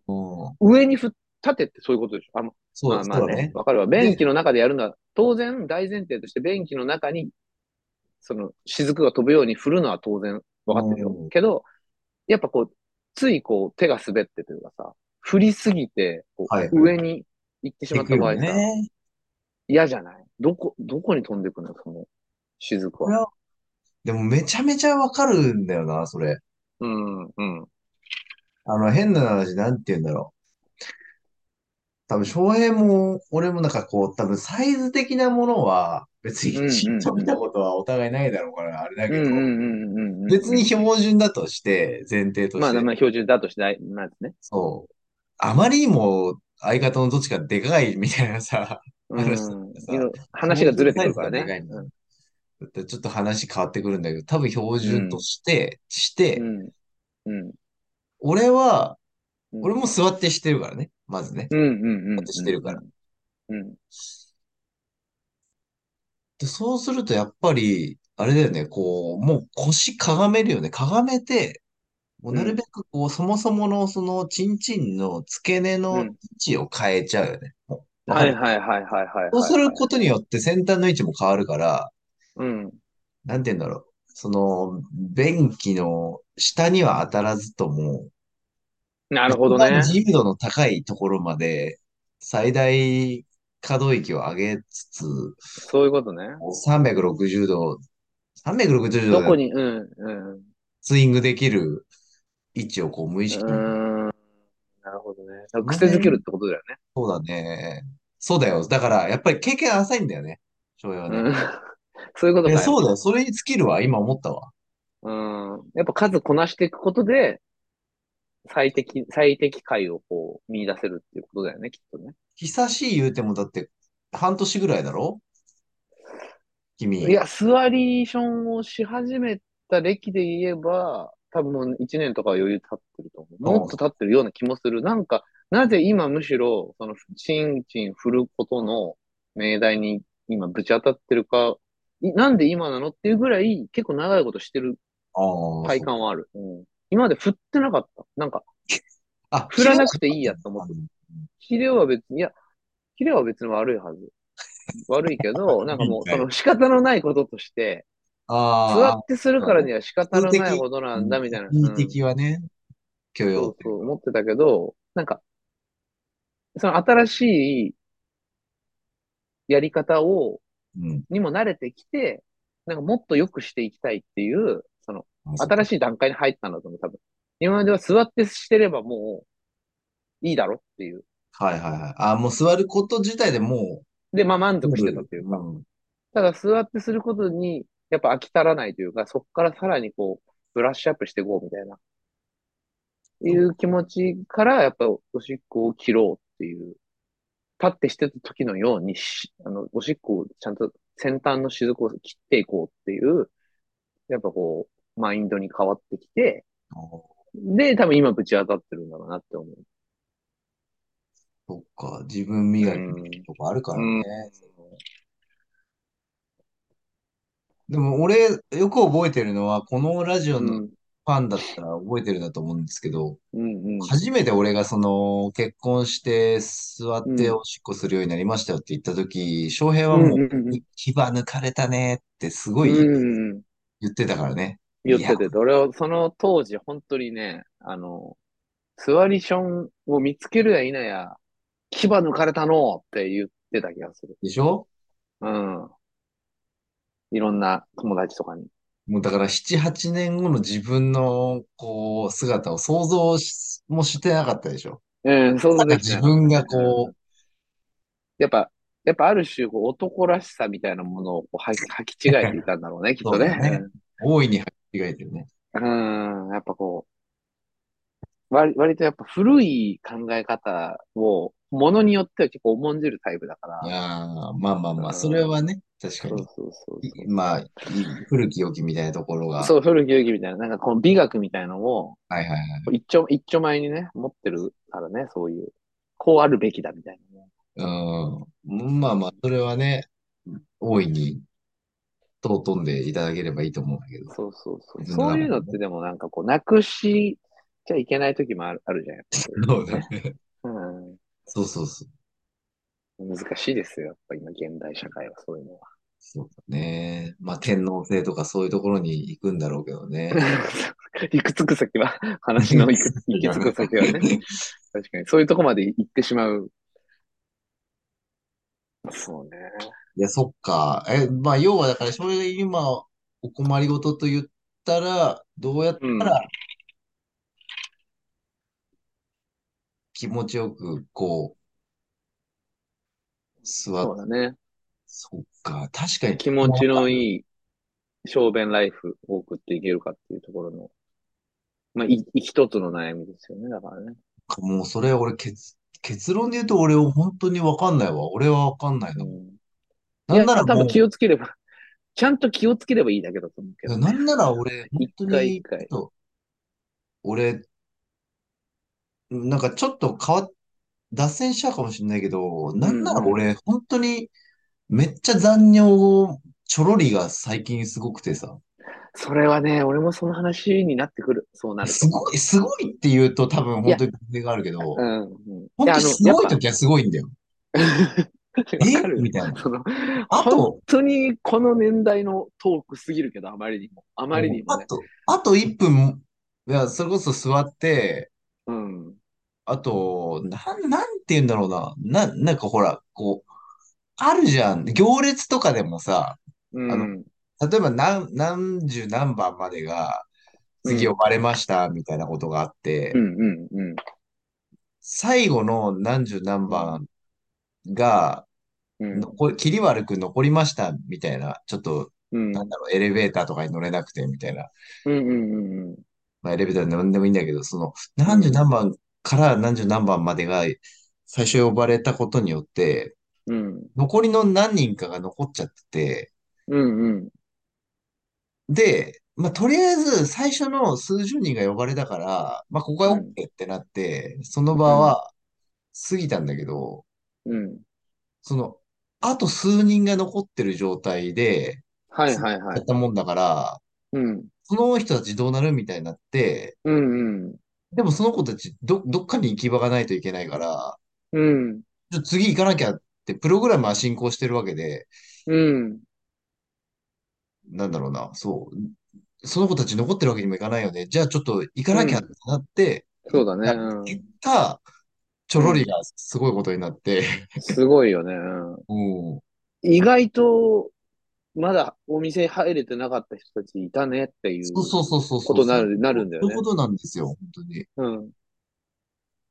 [SPEAKER 1] ああ、
[SPEAKER 2] 上に振っ、縦ってそういうことでしょあの、
[SPEAKER 1] そう
[SPEAKER 2] まあ
[SPEAKER 1] だ、
[SPEAKER 2] ま
[SPEAKER 1] そ
[SPEAKER 2] あ
[SPEAKER 1] うだ
[SPEAKER 2] ね
[SPEAKER 1] ね、。
[SPEAKER 2] わかるわ。便器の中でやるのは、当然大前提として便器の中に、その、雫が飛ぶように振るのは当然わかってる
[SPEAKER 1] う
[SPEAKER 2] よ
[SPEAKER 1] ん。
[SPEAKER 2] けど、やっぱこう、ついこう手が滑ってというかさ、振りすぎて、こ
[SPEAKER 1] はいう
[SPEAKER 2] 上に行ってしま
[SPEAKER 1] でき
[SPEAKER 2] った
[SPEAKER 1] る
[SPEAKER 2] 場
[SPEAKER 1] よ
[SPEAKER 2] 合さ、
[SPEAKER 1] ね。
[SPEAKER 2] 嫌じゃないどこ、どこに飛んでくのその、雫
[SPEAKER 1] こ
[SPEAKER 2] は。
[SPEAKER 1] れはでもめちゃめちゃわかるんだよな、それ。
[SPEAKER 2] うん、うん。
[SPEAKER 1] あの、変な話、なんて言うんだろう。多分、翔平も、俺もなんかこう、多分、サイズ的なものは、別に
[SPEAKER 2] うんうん
[SPEAKER 1] ちっちゃ見たことはお互いないだろうから、あれだ
[SPEAKER 2] う
[SPEAKER 1] け
[SPEAKER 2] ん
[SPEAKER 1] ど、
[SPEAKER 2] うんうんうんうんうん。
[SPEAKER 1] 別に標準だとして、前提と
[SPEAKER 2] ま
[SPEAKER 1] し
[SPEAKER 2] あ、
[SPEAKER 1] て、
[SPEAKER 2] まあ、標準だとしない、なんですね。
[SPEAKER 1] そう。あまりにも、相方のどっちかでかいみたいなさ、
[SPEAKER 2] う
[SPEAKER 1] 話だ
[SPEAKER 2] ん。
[SPEAKER 1] からさ
[SPEAKER 2] 話がずれてくるか
[SPEAKER 1] 標
[SPEAKER 2] ら
[SPEAKER 1] 準サイ
[SPEAKER 2] ね
[SPEAKER 1] ズ。がでかいのだってちょっと話変わってくるんだけど、多分標準として、し
[SPEAKER 2] う
[SPEAKER 1] て、
[SPEAKER 2] ん。うん。
[SPEAKER 1] 俺は、
[SPEAKER 2] うん
[SPEAKER 1] 俺も座ってしてるからね、まずね。
[SPEAKER 2] うんうんうん。
[SPEAKER 1] してるから。
[SPEAKER 2] うん。
[SPEAKER 1] で、そうするとやっぱり、あれだよね、こう、もう腰かがめるよね。かがめて、もうなるべくこう、そもそものその、チンチンの付け根の位置を変えちゃうよね。もうわか
[SPEAKER 2] はい
[SPEAKER 1] る
[SPEAKER 2] はいはいはいはい。
[SPEAKER 1] そうすることによって先端の位置も変わるから、
[SPEAKER 2] うん。
[SPEAKER 1] なんて言うんだろう。その、便器の下には当たらずとも、
[SPEAKER 2] なるほど
[SPEAKER 1] 一番
[SPEAKER 2] ね。
[SPEAKER 1] 自由度の高いところまで、最大可動域を上げつつ、
[SPEAKER 2] そういうことね。
[SPEAKER 1] 360度、360
[SPEAKER 2] ど
[SPEAKER 1] 度
[SPEAKER 2] こ
[SPEAKER 1] で
[SPEAKER 2] に、うん、うん。う
[SPEAKER 1] スイングできる位置をこう無意識に。
[SPEAKER 2] ーん。なるほどね。癖づけるってことだよね。
[SPEAKER 1] そうだね。そうだよ。だから、やっぱり経験浅いんだよね。翔平はね。
[SPEAKER 2] うん そういうこと
[SPEAKER 1] え、
[SPEAKER 2] か、やっ
[SPEAKER 1] そうだ
[SPEAKER 2] ぱ。
[SPEAKER 1] よ。それに尽きるわ。今思ったわ。
[SPEAKER 2] うん。やっぱ数こなしていくことで、最適、最適解をこう、見出せるっていうことだよね、きっとね。
[SPEAKER 1] 久しい言うてもだって半年ぐらいだろ
[SPEAKER 2] い
[SPEAKER 1] 君。
[SPEAKER 2] や、スワリーションをし始めた歴で言えば、多分もう1年とかは余裕経ってると思う。もっ
[SPEAKER 1] う
[SPEAKER 2] と経ってるような気もする。なんか、なぜ今むしろ、その、チンチン振ることの命題に今ぶち当たってるか、いなんで今なのっていうぐらい、結構長いことしてる
[SPEAKER 1] ん。ああ、
[SPEAKER 2] 体
[SPEAKER 1] そう。
[SPEAKER 2] 感はある。うん。今まで振ってなかった。なんか、
[SPEAKER 1] あ、
[SPEAKER 2] 振
[SPEAKER 1] 切
[SPEAKER 2] ら
[SPEAKER 1] れな
[SPEAKER 2] な
[SPEAKER 1] か
[SPEAKER 2] く
[SPEAKER 1] ってた
[SPEAKER 2] いい
[SPEAKER 1] ん
[SPEAKER 2] や
[SPEAKER 1] だ。
[SPEAKER 2] と思っ
[SPEAKER 1] あ
[SPEAKER 2] て
[SPEAKER 1] の
[SPEAKER 2] る。切れは別に、いや、切れは別に悪いはず。悪いけ ど、なんか
[SPEAKER 1] いいん
[SPEAKER 2] もう、
[SPEAKER 1] か
[SPEAKER 2] そ
[SPEAKER 1] い。
[SPEAKER 2] の仕方のないこととして、座
[SPEAKER 1] あーあ、
[SPEAKER 2] ってする
[SPEAKER 1] そう
[SPEAKER 2] から
[SPEAKER 1] だね。
[SPEAKER 2] には仕方
[SPEAKER 1] 数
[SPEAKER 2] のない
[SPEAKER 1] 的、
[SPEAKER 2] ことな
[SPEAKER 1] うん
[SPEAKER 2] だ
[SPEAKER 1] ん、
[SPEAKER 2] みたいな、
[SPEAKER 1] 意
[SPEAKER 2] う
[SPEAKER 1] 義
[SPEAKER 2] ん。
[SPEAKER 1] 的はね、許容
[SPEAKER 2] そう
[SPEAKER 1] ってい
[SPEAKER 2] そうう、
[SPEAKER 1] か。
[SPEAKER 2] 思ってたけど、なんか、その新しいやり方を、
[SPEAKER 1] うん。
[SPEAKER 2] にも慣れてきて、なんかもっと良くしていきたいっていう、その、
[SPEAKER 1] あ、そう
[SPEAKER 2] 新
[SPEAKER 1] か。
[SPEAKER 2] しい段階に入ったんだと思う、多分。今までは座ってしてればもういいだろっていう。
[SPEAKER 1] はいはいはい。あー、もう座ること自体でも
[SPEAKER 2] で、まあ満
[SPEAKER 1] う、
[SPEAKER 2] 足して
[SPEAKER 1] う
[SPEAKER 2] た
[SPEAKER 1] ん、
[SPEAKER 2] というか。
[SPEAKER 1] うん
[SPEAKER 2] ただ座ってすることに、やっぱ飽き足らないというか、そこからさらにこう、ブラッシュアップしていこうみたいな、い
[SPEAKER 1] そうう。
[SPEAKER 2] 気持ちから、やっぱおしっこを切ろうっていう。立ってしてた時のようにし、あの、おしっこをちゃんと先端の雫を切っていこうっていう、やっぱこう、マインドに変わってきて、
[SPEAKER 1] あー
[SPEAKER 2] で、多分今ぶち当たってるんだろうなって思う。
[SPEAKER 1] そっか。自分
[SPEAKER 2] う
[SPEAKER 1] 磨き
[SPEAKER 2] ん。
[SPEAKER 1] とかあるから
[SPEAKER 2] うん。
[SPEAKER 1] ね。でも俺、よく覚えてるのは、このラジオ
[SPEAKER 2] う
[SPEAKER 1] のフ
[SPEAKER 2] ん。
[SPEAKER 1] ァンだったら覚えてるんだと思うんですけど、
[SPEAKER 2] うん。うん。
[SPEAKER 1] 初めて俺がその、結婚して座っ
[SPEAKER 2] う
[SPEAKER 1] て
[SPEAKER 2] ん。
[SPEAKER 1] おしっこするようになりましたよって言った時、翔平
[SPEAKER 2] う
[SPEAKER 1] は
[SPEAKER 2] ん。
[SPEAKER 1] も
[SPEAKER 2] うん。う
[SPEAKER 1] う、
[SPEAKER 2] ん。
[SPEAKER 1] 牙抜かれたねってすご
[SPEAKER 2] う
[SPEAKER 1] い
[SPEAKER 2] んうん
[SPEAKER 1] 言ってたからね。
[SPEAKER 2] 言
[SPEAKER 1] い
[SPEAKER 2] っ
[SPEAKER 1] や、
[SPEAKER 2] てて、俺はその当時、本当にね、あの、スワリションを見つけるや否や、牙抜かれたのうって言ってた気がする。
[SPEAKER 1] でしょ
[SPEAKER 2] うん。いろんな友達とかに。
[SPEAKER 1] もうだから7、8年後の自分の、こう、姿を想像しもしてなかったでしょ。
[SPEAKER 2] うん、
[SPEAKER 1] ま
[SPEAKER 2] 想像
[SPEAKER 1] さか
[SPEAKER 2] でき
[SPEAKER 1] 自
[SPEAKER 2] てなかった
[SPEAKER 1] 分
[SPEAKER 2] ね。
[SPEAKER 1] がこ
[SPEAKER 2] うん。やっぱ、やっぱある種、こう、男らしさみたいなものをこうは履き違えていたんだろう ね、きっ
[SPEAKER 1] う、そ
[SPEAKER 2] と
[SPEAKER 1] うだ
[SPEAKER 2] ね。
[SPEAKER 1] ね。大いに履き違えてるね。
[SPEAKER 2] うん。うんやっぱこう、割、割とやっぱ古い考え方を、ものによっては結構重んじるタイプだか
[SPEAKER 1] い
[SPEAKER 2] ら、
[SPEAKER 1] やー、まあまあまあ、それ
[SPEAKER 2] うん。
[SPEAKER 1] はね、確か
[SPEAKER 2] そう
[SPEAKER 1] に。
[SPEAKER 2] そうそうそ
[SPEAKER 1] いうまあ、
[SPEAKER 2] そ
[SPEAKER 1] い古き良きみたいなところ
[SPEAKER 2] う。
[SPEAKER 1] が、
[SPEAKER 2] そう、古き良きみたいな、なんかこの美学みたいのを、
[SPEAKER 1] はいはいはい。
[SPEAKER 2] 一丁、一丁前にね、持ってるからね、そういう、こうあるべきだみたいなね。
[SPEAKER 1] うん。
[SPEAKER 2] う
[SPEAKER 1] まあまあ、
[SPEAKER 2] ん。
[SPEAKER 1] それはね、大いに尊んでいただければいいと思うんだけど、
[SPEAKER 2] そうそうそう。
[SPEAKER 1] 自分の
[SPEAKER 2] そう
[SPEAKER 1] 中
[SPEAKER 2] いう
[SPEAKER 1] で
[SPEAKER 2] のっ
[SPEAKER 1] ね。
[SPEAKER 2] てでもなんかこう、なくしちゃいけない時もある、あるじゃん、やっぱそういう
[SPEAKER 1] そう
[SPEAKER 2] の
[SPEAKER 1] だ
[SPEAKER 2] ね。
[SPEAKER 1] ね。
[SPEAKER 2] う
[SPEAKER 1] そうそうそう。
[SPEAKER 2] ん。難しいですよ、やっぱ今、現代社会はそういうのは。
[SPEAKER 1] そうだね。まあ、天皇制とかそういうところに行くんだろうけどね。
[SPEAKER 2] 行くつく先は、
[SPEAKER 1] 行
[SPEAKER 2] 話の行
[SPEAKER 1] き
[SPEAKER 2] く、
[SPEAKER 1] 過
[SPEAKER 2] 行
[SPEAKER 1] ぎ
[SPEAKER 2] き
[SPEAKER 1] は
[SPEAKER 2] 着
[SPEAKER 1] ね。
[SPEAKER 2] く先はね。確かに、そういうとこまで行ってしまう。そうね。
[SPEAKER 1] いや、そっか。え、まあ、要はだから、それで今、お困りごとと言ったら、どうやっ
[SPEAKER 2] う
[SPEAKER 1] た
[SPEAKER 2] ん。
[SPEAKER 1] ら気持ちよく、こう、座
[SPEAKER 2] そ
[SPEAKER 1] っ
[SPEAKER 2] うだね。
[SPEAKER 1] そっか。確かに、
[SPEAKER 2] 気持
[SPEAKER 1] もう
[SPEAKER 2] ちのいい、小便ライフを送っていけるかっていうところの、まあ、い、一つの悩みですよね、だからね。
[SPEAKER 1] なんかもうそれ俺結、結論で言うと俺は本当にわかんないわ。俺はわかんないうな。
[SPEAKER 2] ん。い
[SPEAKER 1] なん
[SPEAKER 2] や、
[SPEAKER 1] なら
[SPEAKER 2] 多分気
[SPEAKER 1] も
[SPEAKER 2] をつければ、ちゃんと気をつければいいだけだと思うけ
[SPEAKER 1] う、
[SPEAKER 2] ど
[SPEAKER 1] な
[SPEAKER 2] ね。
[SPEAKER 1] んなら俺、本
[SPEAKER 2] 一
[SPEAKER 1] 当
[SPEAKER 2] 回一
[SPEAKER 1] に、ち
[SPEAKER 2] 回。
[SPEAKER 1] ょっと、俺、なんかちょっと変わっ、脱線しちゃうかもしれないけど、
[SPEAKER 2] う
[SPEAKER 1] なんなら
[SPEAKER 2] んうん。
[SPEAKER 1] 俺、本当に、めっちゃ残尿、ちょろりが最近すごくてさ。
[SPEAKER 2] それはね、俺もその話になってくる。そうなる
[SPEAKER 1] す
[SPEAKER 2] と。
[SPEAKER 1] ごい、すごいって言うと多分
[SPEAKER 2] い
[SPEAKER 1] 本
[SPEAKER 2] や、
[SPEAKER 1] 当に語弊があるけ
[SPEAKER 2] う
[SPEAKER 1] ど、
[SPEAKER 2] ん、うん。い
[SPEAKER 1] 本
[SPEAKER 2] や、
[SPEAKER 1] 当
[SPEAKER 2] あ
[SPEAKER 1] に
[SPEAKER 2] の、
[SPEAKER 1] す
[SPEAKER 2] やっ
[SPEAKER 1] ごい
[SPEAKER 2] ぱ、
[SPEAKER 1] 時はすごいんだよ。え
[SPEAKER 2] わかる
[SPEAKER 1] み
[SPEAKER 2] よ。
[SPEAKER 1] たいな。
[SPEAKER 2] その、
[SPEAKER 1] あ
[SPEAKER 2] 本
[SPEAKER 1] と、
[SPEAKER 2] 当にこの年代のトークすぎるけど、あまりにも。あまり
[SPEAKER 1] もう、
[SPEAKER 2] にも
[SPEAKER 1] あ
[SPEAKER 2] ね。
[SPEAKER 1] と、あと1分、いや、それこそ座って、
[SPEAKER 2] うん。
[SPEAKER 1] あと、なん、なんて言うんだろうな。な、なんかほら、こう、あるじゃん。行列とかでもさ、
[SPEAKER 2] う
[SPEAKER 1] あの、例
[SPEAKER 2] ん。
[SPEAKER 1] えば何、何十何番までが、
[SPEAKER 2] う
[SPEAKER 1] 次呼
[SPEAKER 2] ん。
[SPEAKER 1] ばれました、みたいなことがあっ
[SPEAKER 2] う
[SPEAKER 1] て、
[SPEAKER 2] ん、うん、うん。
[SPEAKER 1] 最後の何十何
[SPEAKER 2] うん。
[SPEAKER 1] 番が、
[SPEAKER 2] うん。
[SPEAKER 1] 残り、切り悪く残りました、みたいな、ちょっと、
[SPEAKER 2] う
[SPEAKER 1] なん
[SPEAKER 2] ん。
[SPEAKER 1] だろう、エレベーターとかに乗れなくて、みたいな。
[SPEAKER 2] うんうんうん
[SPEAKER 1] まあ、エレベーターで何でもいいんだけど、その、
[SPEAKER 2] う
[SPEAKER 1] 何
[SPEAKER 2] ん。
[SPEAKER 1] 十
[SPEAKER 2] うん。
[SPEAKER 1] 何番から何十何番までが、最初呼ばれたことによって、
[SPEAKER 2] うん。
[SPEAKER 1] 残りの何人かが残っちゃってて、
[SPEAKER 2] うんうん。
[SPEAKER 1] で、まあ、とりあえず、最初の数十人が呼ばれたから、まあ、ここ
[SPEAKER 2] う
[SPEAKER 1] は
[SPEAKER 2] ん。
[SPEAKER 1] OK ってなって、その
[SPEAKER 2] う
[SPEAKER 1] 場
[SPEAKER 2] ん。
[SPEAKER 1] は過ぎたんだけど、
[SPEAKER 2] うん。
[SPEAKER 1] その、あと数人が残ってる状態で、
[SPEAKER 2] はい
[SPEAKER 1] 過ぎ
[SPEAKER 2] はい
[SPEAKER 1] ち
[SPEAKER 2] は
[SPEAKER 1] ゃっ
[SPEAKER 2] い。
[SPEAKER 1] たもんだから、
[SPEAKER 2] うん。
[SPEAKER 1] その人たちどうなるみたいになって、
[SPEAKER 2] うんうん。
[SPEAKER 1] でもその子たちど、どっかに行き場がないといけないから、
[SPEAKER 2] うん。
[SPEAKER 1] ちょ、次行かなきゃって、プログラムは進行してるわけで、
[SPEAKER 2] うん。
[SPEAKER 1] なんだろうな、そう、その子たち残ってるわけにもいかないよね。じゃあちょっと行か
[SPEAKER 2] う
[SPEAKER 1] なきゃっ
[SPEAKER 2] ん。
[SPEAKER 1] てなって、
[SPEAKER 2] そ
[SPEAKER 1] 行
[SPEAKER 2] う
[SPEAKER 1] った
[SPEAKER 2] だね。う
[SPEAKER 1] 結
[SPEAKER 2] ん。
[SPEAKER 1] 果、ちょ
[SPEAKER 2] う
[SPEAKER 1] ろり
[SPEAKER 2] ん。
[SPEAKER 1] がすごいことになって、
[SPEAKER 2] すごいよね。うん。
[SPEAKER 1] うん、
[SPEAKER 2] 意外と、まだお店入れてなかった人たちいたねってい
[SPEAKER 1] そう
[SPEAKER 2] う
[SPEAKER 1] そうそうそう
[SPEAKER 2] こ
[SPEAKER 1] そう、
[SPEAKER 2] とに
[SPEAKER 1] そ
[SPEAKER 2] な
[SPEAKER 1] う
[SPEAKER 2] る、なるんだ
[SPEAKER 1] そ
[SPEAKER 2] よ
[SPEAKER 1] ういうこ
[SPEAKER 2] ね。
[SPEAKER 1] となんですよ、本当に。
[SPEAKER 2] うん。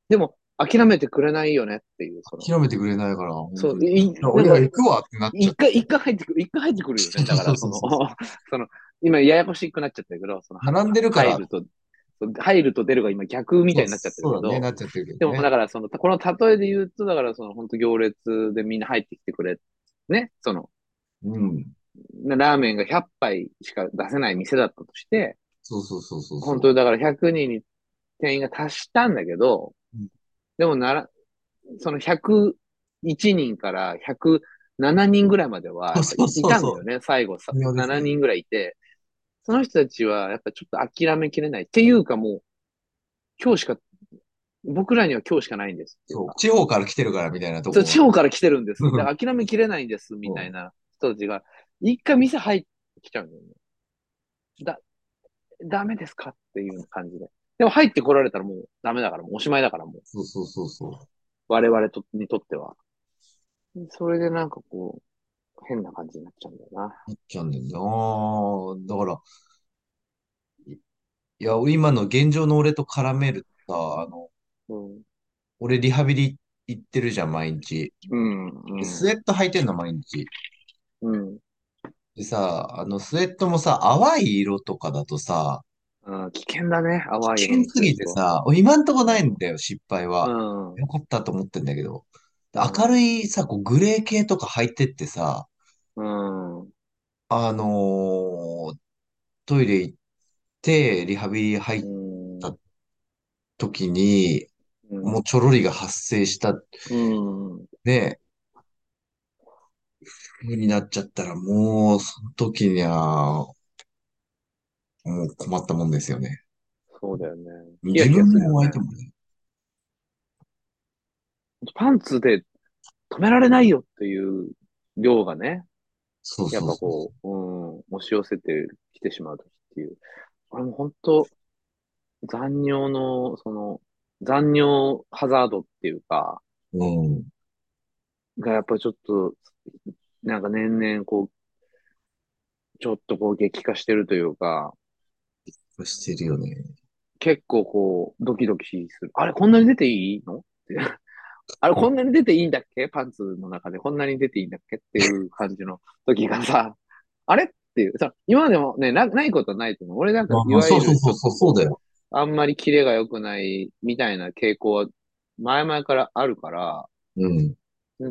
[SPEAKER 2] でも、諦めてくれないよねっていう、その、
[SPEAKER 1] 諦めてくれないから、本
[SPEAKER 2] そ
[SPEAKER 1] 当
[SPEAKER 2] う、
[SPEAKER 1] に。いや
[SPEAKER 2] い、なん
[SPEAKER 1] 俺ら
[SPEAKER 2] か、
[SPEAKER 1] 行くわってなっちゃ
[SPEAKER 2] 一
[SPEAKER 1] っ
[SPEAKER 2] 回、
[SPEAKER 1] て。
[SPEAKER 2] 一回入ってくる、一回入ってくるよね。
[SPEAKER 1] そ
[SPEAKER 2] だ
[SPEAKER 1] う
[SPEAKER 2] か
[SPEAKER 1] そうそ
[SPEAKER 2] ら、そうの、
[SPEAKER 1] そうそう。
[SPEAKER 2] その、今ややこしくなっちゃったけど、その、は
[SPEAKER 1] 並んでるか
[SPEAKER 2] 入
[SPEAKER 1] ら、
[SPEAKER 2] ると、そう入ると出るが今逆み
[SPEAKER 1] そ
[SPEAKER 2] た
[SPEAKER 1] う、
[SPEAKER 2] いになっちゃってる
[SPEAKER 1] そ
[SPEAKER 2] け
[SPEAKER 1] うだね、
[SPEAKER 2] ど、
[SPEAKER 1] なっちゃってるけ
[SPEAKER 2] で
[SPEAKER 1] ど
[SPEAKER 2] も、
[SPEAKER 1] ね。
[SPEAKER 2] だから、その、この例えで言うと、だから、その、本当行列でみんな入ってきてくれ、ね、その、
[SPEAKER 1] うん。
[SPEAKER 2] ラーメンが100杯しか出せない店だったとして、
[SPEAKER 1] そうそうそうそう
[SPEAKER 2] 本
[SPEAKER 1] そ
[SPEAKER 2] 当だから100人に店員が達したんだけど、
[SPEAKER 1] う。うん
[SPEAKER 2] でもなら、その101人から107人ぐらいまで は、
[SPEAKER 1] そ
[SPEAKER 2] や
[SPEAKER 1] うそう
[SPEAKER 2] っぱい、い
[SPEAKER 1] そう
[SPEAKER 2] たん
[SPEAKER 1] そ
[SPEAKER 2] だよね、最後さ、
[SPEAKER 1] う。微妙ですね。
[SPEAKER 2] 7人ぐらいいて、その人たちはやっぱちょっと諦めきれない。っていうかもう、今日しか、僕らには今日しかないんですっていう
[SPEAKER 1] そう、
[SPEAKER 2] か、
[SPEAKER 1] 地方から来てるからみたいなと
[SPEAKER 2] そう、
[SPEAKER 1] こ
[SPEAKER 2] 地
[SPEAKER 1] が。
[SPEAKER 2] 方から来てるんです。
[SPEAKER 1] う
[SPEAKER 2] で、
[SPEAKER 1] ん
[SPEAKER 2] 諦めきれないんです、みた
[SPEAKER 1] う
[SPEAKER 2] い
[SPEAKER 1] ん
[SPEAKER 2] な人たちが、一回店入ってきちゃうんだよね。だ、ダメですかっていう感じで。でも入ってこられたらもうダメだから、もうおしまいだから、もう
[SPEAKER 1] そうそうそうそ
[SPEAKER 2] 我々とにとっては。それでなんかこう、変な感じになっちゃうんだよな。
[SPEAKER 1] う。なっちゃうんだよな。だから、いいや、今の現状の俺と絡めるとさ、あの、
[SPEAKER 2] うん。
[SPEAKER 1] 俺リハビリ行ってるじゃん、毎日。
[SPEAKER 2] うん、
[SPEAKER 1] スウェット履いてんの、毎日。
[SPEAKER 2] うん、
[SPEAKER 1] でさ、あの、スウェットもさ、淡い色とかだとさ、
[SPEAKER 2] うん。あー危険だね、
[SPEAKER 1] 危
[SPEAKER 2] 淡い色
[SPEAKER 1] 険
[SPEAKER 2] の
[SPEAKER 1] す
[SPEAKER 2] スウェッ
[SPEAKER 1] ぎて
[SPEAKER 2] ト
[SPEAKER 1] さ、今んとこないん
[SPEAKER 2] は。
[SPEAKER 1] だよ、失敗
[SPEAKER 2] う
[SPEAKER 1] は。
[SPEAKER 2] ん、うん、
[SPEAKER 1] よかったと思ってんだけど。で
[SPEAKER 2] う
[SPEAKER 1] 明る
[SPEAKER 2] ん、
[SPEAKER 1] いさ、こう、グレー系とか履いてってさ、
[SPEAKER 2] うん、うん、
[SPEAKER 1] あのートイレ行って、リハビリ入
[SPEAKER 2] う
[SPEAKER 1] っ
[SPEAKER 2] ん、
[SPEAKER 1] た時に、
[SPEAKER 2] う
[SPEAKER 1] も
[SPEAKER 2] ん、
[SPEAKER 1] うちょろりが発生した
[SPEAKER 2] うん
[SPEAKER 1] ね、風になっちゃったらもう、その時には、もう困ったもんですよね。
[SPEAKER 2] そうだよね。ヒヤ
[SPEAKER 1] 自
[SPEAKER 2] ヒヤ
[SPEAKER 1] 分
[SPEAKER 2] するよ
[SPEAKER 1] も
[SPEAKER 2] ね。
[SPEAKER 1] 相手もね。
[SPEAKER 2] パンツで止められないよっていう量がね、
[SPEAKER 1] そう
[SPEAKER 2] やっ
[SPEAKER 1] そう
[SPEAKER 2] ぱ
[SPEAKER 1] そう。
[SPEAKER 2] こう、うん、押し寄せてきてしまうときっていう。これも本当、残尿の、その、残尿ハザードっていうか、
[SPEAKER 1] うん。
[SPEAKER 2] がやっぱりちょっと、なんか年々こう、ちょっとこう激化してるというか、
[SPEAKER 1] してるよね。
[SPEAKER 2] 結構こう、ドキドキする。あれ、こんなに出ていいのってあれ、こんなに出ていいんだっけパンツの中でこんなに出ていいんだっけっていう感じの時がさ、あれっていう、さ、今までもね、な、ないことはないと思う。俺なんか、
[SPEAKER 1] まあ
[SPEAKER 2] い
[SPEAKER 1] まあ、
[SPEAKER 2] わ
[SPEAKER 1] そ
[SPEAKER 2] ゆ
[SPEAKER 1] うそう
[SPEAKER 2] るち
[SPEAKER 1] そ
[SPEAKER 2] ょ
[SPEAKER 1] う
[SPEAKER 2] っ
[SPEAKER 1] そう、
[SPEAKER 2] と
[SPEAKER 1] そうだ
[SPEAKER 2] こ
[SPEAKER 1] よ。
[SPEAKER 2] う、あんまりキレが良くないみたいな傾向は、前々からあるから、
[SPEAKER 1] うん。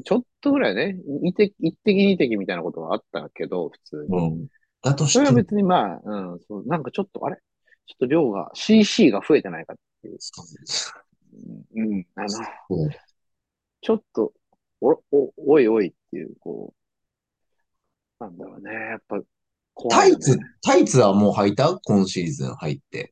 [SPEAKER 2] ちょっとぐらいね、一滴、一滴二滴みたいなことはあったけど、普通
[SPEAKER 1] う
[SPEAKER 2] に。
[SPEAKER 1] ん。だと
[SPEAKER 2] そ
[SPEAKER 1] し
[SPEAKER 2] れは
[SPEAKER 1] ても、
[SPEAKER 2] 別にまあ、うん、そう、なんかちょっと、あれちょっと量が、CC が増えてないかっていう。
[SPEAKER 1] そう
[SPEAKER 2] うん、あの、
[SPEAKER 1] そうだ
[SPEAKER 2] ちょっと、お、お、おいおいっていう、こう、なんだろうね。やっぱ、怖
[SPEAKER 1] タ
[SPEAKER 2] い
[SPEAKER 1] イ
[SPEAKER 2] よね。
[SPEAKER 1] ツ、タイツはもう履いた今シーズン入って。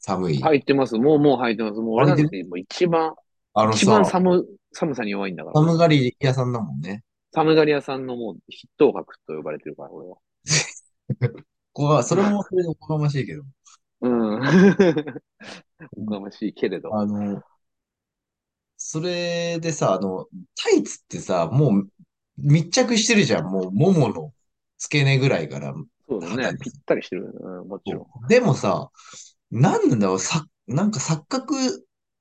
[SPEAKER 1] 寒い。
[SPEAKER 2] 入ってます。もう、もう入ってます。もう俺
[SPEAKER 1] 履い
[SPEAKER 2] な
[SPEAKER 1] て
[SPEAKER 2] ん
[SPEAKER 1] る
[SPEAKER 2] て、もう一番、
[SPEAKER 1] あの
[SPEAKER 2] 一
[SPEAKER 1] さ、
[SPEAKER 2] 番寒、寒さに弱いんだから、俺
[SPEAKER 1] 寒
[SPEAKER 2] は。
[SPEAKER 1] がり屋さんだもんね。
[SPEAKER 2] 寒がり屋さんのもう、筆頭格と呼ばれてるから、俺は。
[SPEAKER 1] ここは、それもそれでおこがましいけど。
[SPEAKER 2] うん。
[SPEAKER 1] う
[SPEAKER 2] お
[SPEAKER 1] ん
[SPEAKER 2] かましいけれど。
[SPEAKER 1] あの、それでさ、あの、タイツってさ、もう密着してるじゃん。もう、ももの付け根ぐらいから
[SPEAKER 2] そうだ
[SPEAKER 1] 肌
[SPEAKER 2] ね。
[SPEAKER 1] に。
[SPEAKER 2] ぴったりしてる。うん、もち
[SPEAKER 1] そ
[SPEAKER 2] ろ
[SPEAKER 1] うでもさ、なんなんだろう、さ、なんか錯覚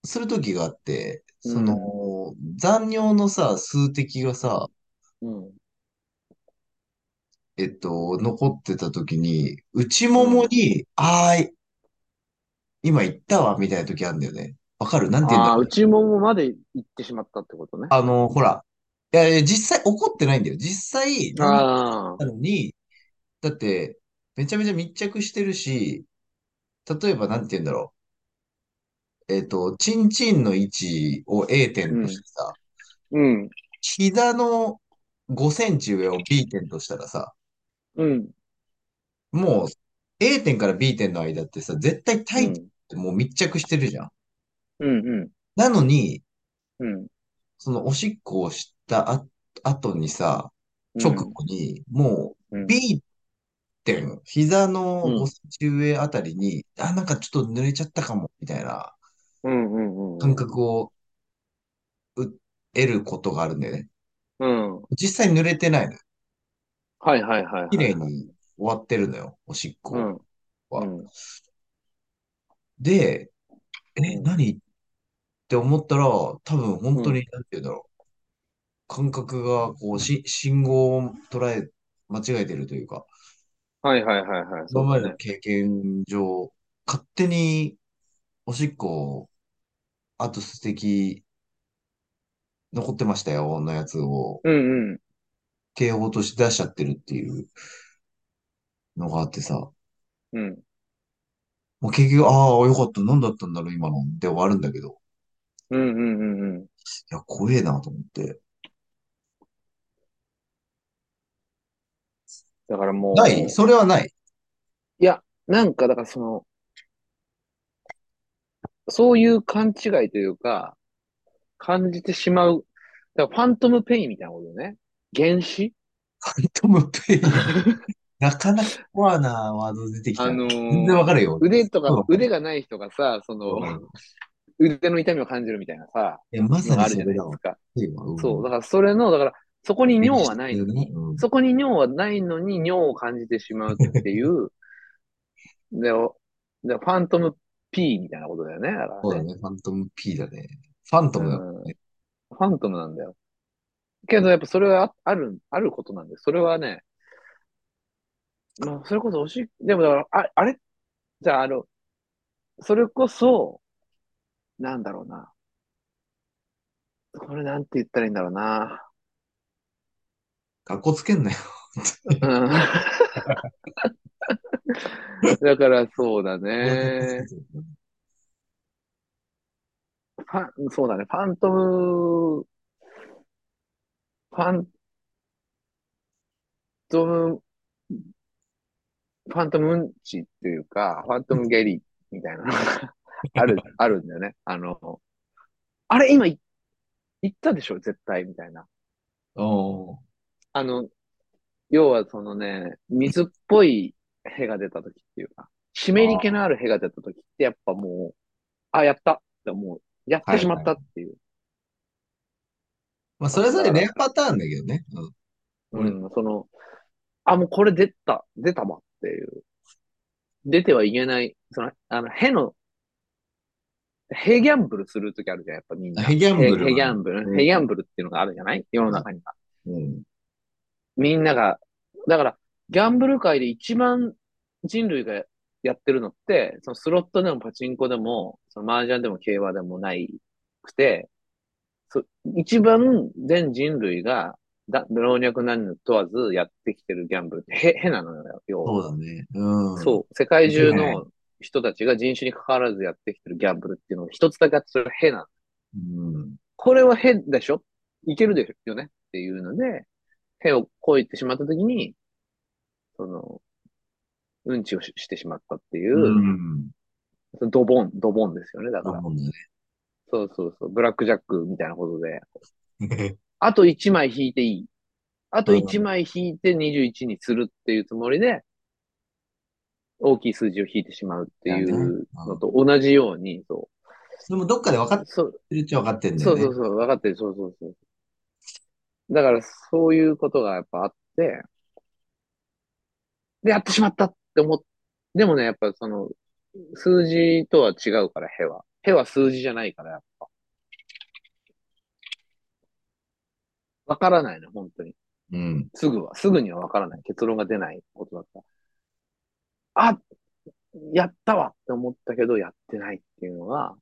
[SPEAKER 1] する時があって、
[SPEAKER 2] ん。
[SPEAKER 1] その、
[SPEAKER 2] うん。
[SPEAKER 1] 残尿のさ、数滴がさ、
[SPEAKER 2] うん。
[SPEAKER 1] えっと、残ってた時に、内
[SPEAKER 2] う
[SPEAKER 1] もも
[SPEAKER 2] ん。
[SPEAKER 1] に、あーい、今言ったわ、みたいな時あるんだよね。わかるなんて言うんだ
[SPEAKER 2] ああ、
[SPEAKER 1] ろう。
[SPEAKER 2] 内ももまで行ってしまったってことね。
[SPEAKER 1] あの、ほら、いやいや、実際怒ってないんだよ。実際、何も
[SPEAKER 2] ああ、
[SPEAKER 1] なのに、だって、めちゃめちゃ密着してるし、例えばなんて言うんだろう。えっと、チンチンの位置を A
[SPEAKER 2] う
[SPEAKER 1] 点とし
[SPEAKER 2] ん。
[SPEAKER 1] てさ、
[SPEAKER 2] うん。
[SPEAKER 1] 膝の5センチ上を B 点としたらさ、
[SPEAKER 2] うん。
[SPEAKER 1] もう A 点から B 点の間ってさ、絶対タ
[SPEAKER 2] う
[SPEAKER 1] イト
[SPEAKER 2] ん。
[SPEAKER 1] ってもう密着してるじゃん。
[SPEAKER 2] うん。うん。
[SPEAKER 1] なのに、
[SPEAKER 2] うん。
[SPEAKER 1] そのおしっこをしたあ、後にさ、
[SPEAKER 2] う
[SPEAKER 1] 直
[SPEAKER 2] ん。
[SPEAKER 1] 後に、もう
[SPEAKER 2] うん。
[SPEAKER 1] B 点、膝の
[SPEAKER 2] う
[SPEAKER 1] 5
[SPEAKER 2] ん。
[SPEAKER 1] センチ上あたりに、あ、なんかちょっと濡れちゃったかも、みたいな
[SPEAKER 2] うん。うん。
[SPEAKER 1] 感
[SPEAKER 2] うん。
[SPEAKER 1] 覚をう得ることがあるんだよね。
[SPEAKER 2] うん。
[SPEAKER 1] 実際濡れてないのよ。
[SPEAKER 2] はいはいはい
[SPEAKER 1] 綺
[SPEAKER 2] はい
[SPEAKER 1] 麗
[SPEAKER 2] はい。
[SPEAKER 1] に終わってるのよ、おしっ
[SPEAKER 2] う
[SPEAKER 1] こ
[SPEAKER 2] ん。う
[SPEAKER 1] は。
[SPEAKER 2] ん。
[SPEAKER 1] で、
[SPEAKER 2] う
[SPEAKER 1] え、
[SPEAKER 2] ん。
[SPEAKER 1] 何って思ったら、多分本
[SPEAKER 2] う
[SPEAKER 1] 当
[SPEAKER 2] ん。
[SPEAKER 1] に、なんて言うんだろう。感覚が、こう、し、信号を捉え、間違えてるというか、
[SPEAKER 2] はいはいはいはい。そ
[SPEAKER 1] 今
[SPEAKER 2] う
[SPEAKER 1] まで
[SPEAKER 2] だ
[SPEAKER 1] の
[SPEAKER 2] ね。
[SPEAKER 1] 経験上、勝手におしっこ、あと素敵、残ってましたよ、のやつを、
[SPEAKER 2] うんうん。
[SPEAKER 1] 警報として出しちゃってるっていうのがあってさ、
[SPEAKER 2] うん。
[SPEAKER 1] もう結局、ああ、よかった、何だったんだろう、今の、で終わるんだけど、
[SPEAKER 2] うんうんうんうん。
[SPEAKER 1] いや、怖えなと思って。
[SPEAKER 2] だから
[SPEAKER 1] ない
[SPEAKER 2] も
[SPEAKER 1] それはない。
[SPEAKER 2] う、いや、なんかだからその、そういう勘違いというか、感じてしまう。だからファントムペインみたいなことね。原子
[SPEAKER 1] ファントムペイ ン。なかなかコアなワード出てき
[SPEAKER 2] あ
[SPEAKER 1] たね。
[SPEAKER 2] の
[SPEAKER 1] 全然わか
[SPEAKER 2] ー
[SPEAKER 1] るよ。
[SPEAKER 2] 腕
[SPEAKER 1] そ
[SPEAKER 2] と
[SPEAKER 1] う
[SPEAKER 2] か、
[SPEAKER 1] わか
[SPEAKER 2] 腕
[SPEAKER 1] る。
[SPEAKER 2] がない人がさ、その、
[SPEAKER 1] うん。
[SPEAKER 2] 腕の痛みを感じるみたいなさ、
[SPEAKER 1] いや、ま
[SPEAKER 2] の
[SPEAKER 1] さに
[SPEAKER 2] がある
[SPEAKER 1] そ
[SPEAKER 2] じゃな
[SPEAKER 1] れ
[SPEAKER 2] い
[SPEAKER 1] だ
[SPEAKER 2] です
[SPEAKER 1] わ。
[SPEAKER 2] か。
[SPEAKER 1] 今、う
[SPEAKER 2] そう。
[SPEAKER 1] ん。
[SPEAKER 2] だからそれの、だから、そこに
[SPEAKER 1] 目に
[SPEAKER 2] 尿
[SPEAKER 1] し
[SPEAKER 2] はな
[SPEAKER 1] て
[SPEAKER 2] い
[SPEAKER 1] る
[SPEAKER 2] の
[SPEAKER 1] ね。
[SPEAKER 2] に、
[SPEAKER 1] うん。
[SPEAKER 2] そこに尿はないのに尿を感じてしまうっていう、 で、おでファントム P みたいなことだよね。だから
[SPEAKER 1] そうだ
[SPEAKER 2] ね。
[SPEAKER 1] ね。ファントム P だね。ファント
[SPEAKER 2] う
[SPEAKER 1] ムだもん
[SPEAKER 2] ん。
[SPEAKER 1] ね。
[SPEAKER 2] ファントムなんだよ。けど、やっぱそれはあ、ある、あることなんで、それはね、まあ、それこそおしっ、でもだから、あ、あれじゃあ、あの、それこそ、なんだろうな。これなんて言ったらいいんだろうな。
[SPEAKER 1] かっこつけんなよ。
[SPEAKER 2] うん。
[SPEAKER 1] こうやってかっこつ けてるね。
[SPEAKER 2] だから、そうだね。ファン、そうだね。ファントム、ファントム、ファントムンチっていうか、ファントムゲリみたいなのがある、あるんだよね。あの、あれ今い言ったでしょ絶対、みたいな。
[SPEAKER 1] おー。
[SPEAKER 2] あの、要はそのね、水っぽい屁が出た時っていうか、湿り気の
[SPEAKER 1] あ
[SPEAKER 2] ある屁が出た時ってやっぱもう、あ、やったって思う。やっ
[SPEAKER 1] あ。は
[SPEAKER 2] て
[SPEAKER 1] い
[SPEAKER 2] しま
[SPEAKER 1] は
[SPEAKER 2] っ
[SPEAKER 1] い。
[SPEAKER 2] たっていう。
[SPEAKER 1] まあ、そ
[SPEAKER 2] あ
[SPEAKER 1] れ
[SPEAKER 2] の、
[SPEAKER 1] ぞ
[SPEAKER 2] だ
[SPEAKER 1] れ
[SPEAKER 2] か
[SPEAKER 1] レ
[SPEAKER 2] ら、
[SPEAKER 1] アパターンだけどね。うん。
[SPEAKER 2] う
[SPEAKER 1] 俺、
[SPEAKER 2] ん、その、あ、もうこれ出た、出たわっていう。出てはいけない。その、あの、への、へギャンブルするときあるじゃん、やっぱみんな。
[SPEAKER 1] ヘギャン
[SPEAKER 2] へ、
[SPEAKER 1] ブルは
[SPEAKER 2] へギ
[SPEAKER 1] ね。
[SPEAKER 2] ャンブル、
[SPEAKER 1] う
[SPEAKER 2] へギャ
[SPEAKER 1] ん。
[SPEAKER 2] ンブルっていうのがあるじゃない世の
[SPEAKER 1] あ
[SPEAKER 2] 中には。
[SPEAKER 1] うん。
[SPEAKER 2] みんなが、だから、ギャンブル界で一番人類がやってるのって、そのスロットでもパチンコでも、その麻雀でも競馬でもないくて、そ、一番全人類が、だ、老若男女問わずやってきてるギャンブルって、へ、へなのよ、要
[SPEAKER 1] そう
[SPEAKER 2] は。
[SPEAKER 1] だね。うん。
[SPEAKER 2] そう、世界
[SPEAKER 1] 間違い
[SPEAKER 2] 中
[SPEAKER 1] ない。
[SPEAKER 2] の人たちが人種に関わらずやってきてるギャンブルっていうのが一つだけあって、それがへなの。
[SPEAKER 1] うん。
[SPEAKER 2] これはへでしょいけるでしょよねっていうので、へを超えてしまったときに、その、うんちをし、してしまったっていうう、
[SPEAKER 1] ん。
[SPEAKER 2] そのドボン、ドボンですよね、だ
[SPEAKER 1] と
[SPEAKER 2] から。
[SPEAKER 1] 思うんだ よ
[SPEAKER 2] そうそうそう、ブラックジャックみたいなことで、
[SPEAKER 1] ね。
[SPEAKER 2] あと1枚引いていい。あ
[SPEAKER 1] う
[SPEAKER 2] と1
[SPEAKER 1] ん。
[SPEAKER 2] 枚引いて21にするっていうつもりで、大きい数字を引いてしまうって
[SPEAKER 1] だ
[SPEAKER 2] い
[SPEAKER 1] ね。
[SPEAKER 2] う
[SPEAKER 1] う
[SPEAKER 2] の
[SPEAKER 1] ん。
[SPEAKER 2] と同じように、そ
[SPEAKER 1] でも、どっかで分か
[SPEAKER 2] う、
[SPEAKER 1] っ
[SPEAKER 2] そ、
[SPEAKER 1] てるっちゃ分かってんだよ
[SPEAKER 2] そう
[SPEAKER 1] ね。
[SPEAKER 2] そうそう、分かってる、そうそうそう。だから、そういうことがやっぱあって、で、やってしまったって思っ、でもね、やっぱその、数字とは違うから、へは。へは数字じゃないから、わからないの、本当に。
[SPEAKER 1] うん。
[SPEAKER 2] すぐは、すぐにはわからない。結論が出ないことだった。あ、やったわって思ったけど、やってないっていう のが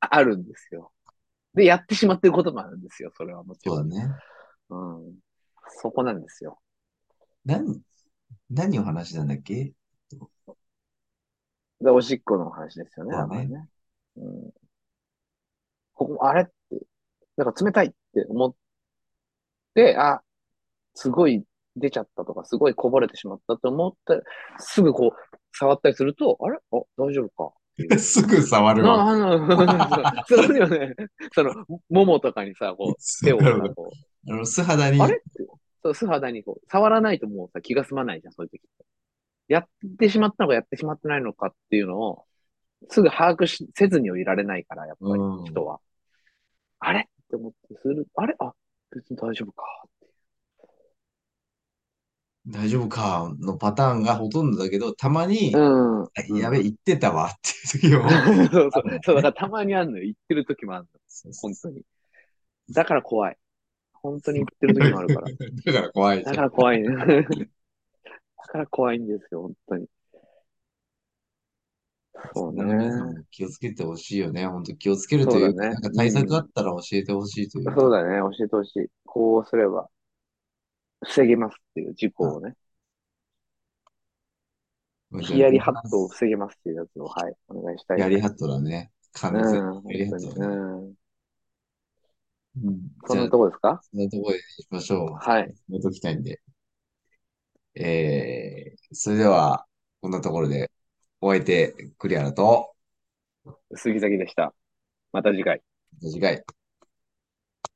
[SPEAKER 2] あるんですよ。で、やってしまってることもあるんですよ。それはもち
[SPEAKER 1] そう
[SPEAKER 2] ろ
[SPEAKER 1] だ
[SPEAKER 2] ん。
[SPEAKER 1] ね。
[SPEAKER 2] うん。そこなんですよ。
[SPEAKER 1] 何、何を話したんだっけ
[SPEAKER 2] で、おしっこの話ですよね、
[SPEAKER 1] そ
[SPEAKER 2] や
[SPEAKER 1] う
[SPEAKER 2] っ
[SPEAKER 1] ね
[SPEAKER 2] ぱりね。うん。ここ、あれって、なんか冷たいって思って、あ、すごい出ちゃったとか、すごいこぼれてしまったと思ったら、すぐこう、触ったりすると、あれあ、大丈夫かっていう。
[SPEAKER 1] すぐ触るわ。
[SPEAKER 2] な、な、な、 そうそうよね。その、ももとかにさ、こ う、手をさ、こう、
[SPEAKER 1] あの、素肌に
[SPEAKER 2] あれって、そう、素肌にこう、触らないともうさ、気が済まないじゃん、そういう時って。やってしまったのか、やってしまってないのかっていうのを、すぐ把握し、せずにはいられないから、やっぱり
[SPEAKER 1] うん
[SPEAKER 2] 人は。あれって思ってする、あれあ、別に大丈夫か。
[SPEAKER 1] 大丈夫かのパターンがほとんどだけど、たまに、
[SPEAKER 2] うん。
[SPEAKER 1] あ
[SPEAKER 2] うん
[SPEAKER 1] やべ、言ってたわっていう時も。
[SPEAKER 2] そうそ
[SPEAKER 1] ある
[SPEAKER 2] う
[SPEAKER 1] ね。
[SPEAKER 2] そう、だからたまにあんのよ。言ってる時もあんの。本当に。だから怖い。本当に言ってる時もある から。
[SPEAKER 1] だから怖いじゃ
[SPEAKER 2] だ
[SPEAKER 1] ん
[SPEAKER 2] から怖いね。 だから怖いんですよ、本当に。そうね。
[SPEAKER 1] 皆さんも気をつけてほしいよね。本当気をつけるという
[SPEAKER 2] そう
[SPEAKER 1] か、
[SPEAKER 2] だね
[SPEAKER 1] なんか対策あったら教えてほしいというか。
[SPEAKER 2] そうだね。教えてほしい。こうすれば防げますっていう事故をね。ヒヤリハットを防げますっていうやつを、はい、お願いしたい。
[SPEAKER 1] ヒヤリハットだね。完
[SPEAKER 2] うん、
[SPEAKER 1] 全
[SPEAKER 2] 本
[SPEAKER 1] にヒヤリハッ
[SPEAKER 2] 当に。
[SPEAKER 1] トだね。
[SPEAKER 2] うん。
[SPEAKER 1] うん
[SPEAKER 2] そ
[SPEAKER 1] じゃ
[SPEAKER 2] ん
[SPEAKER 1] あ
[SPEAKER 2] な、とこですか
[SPEAKER 1] そんなところで行きましょう。
[SPEAKER 2] はい。
[SPEAKER 1] やっときたいんで。えー、それでは、こんなところで、お相手、クリアだと、
[SPEAKER 2] 杉崎でした。また次回。
[SPEAKER 1] 次回。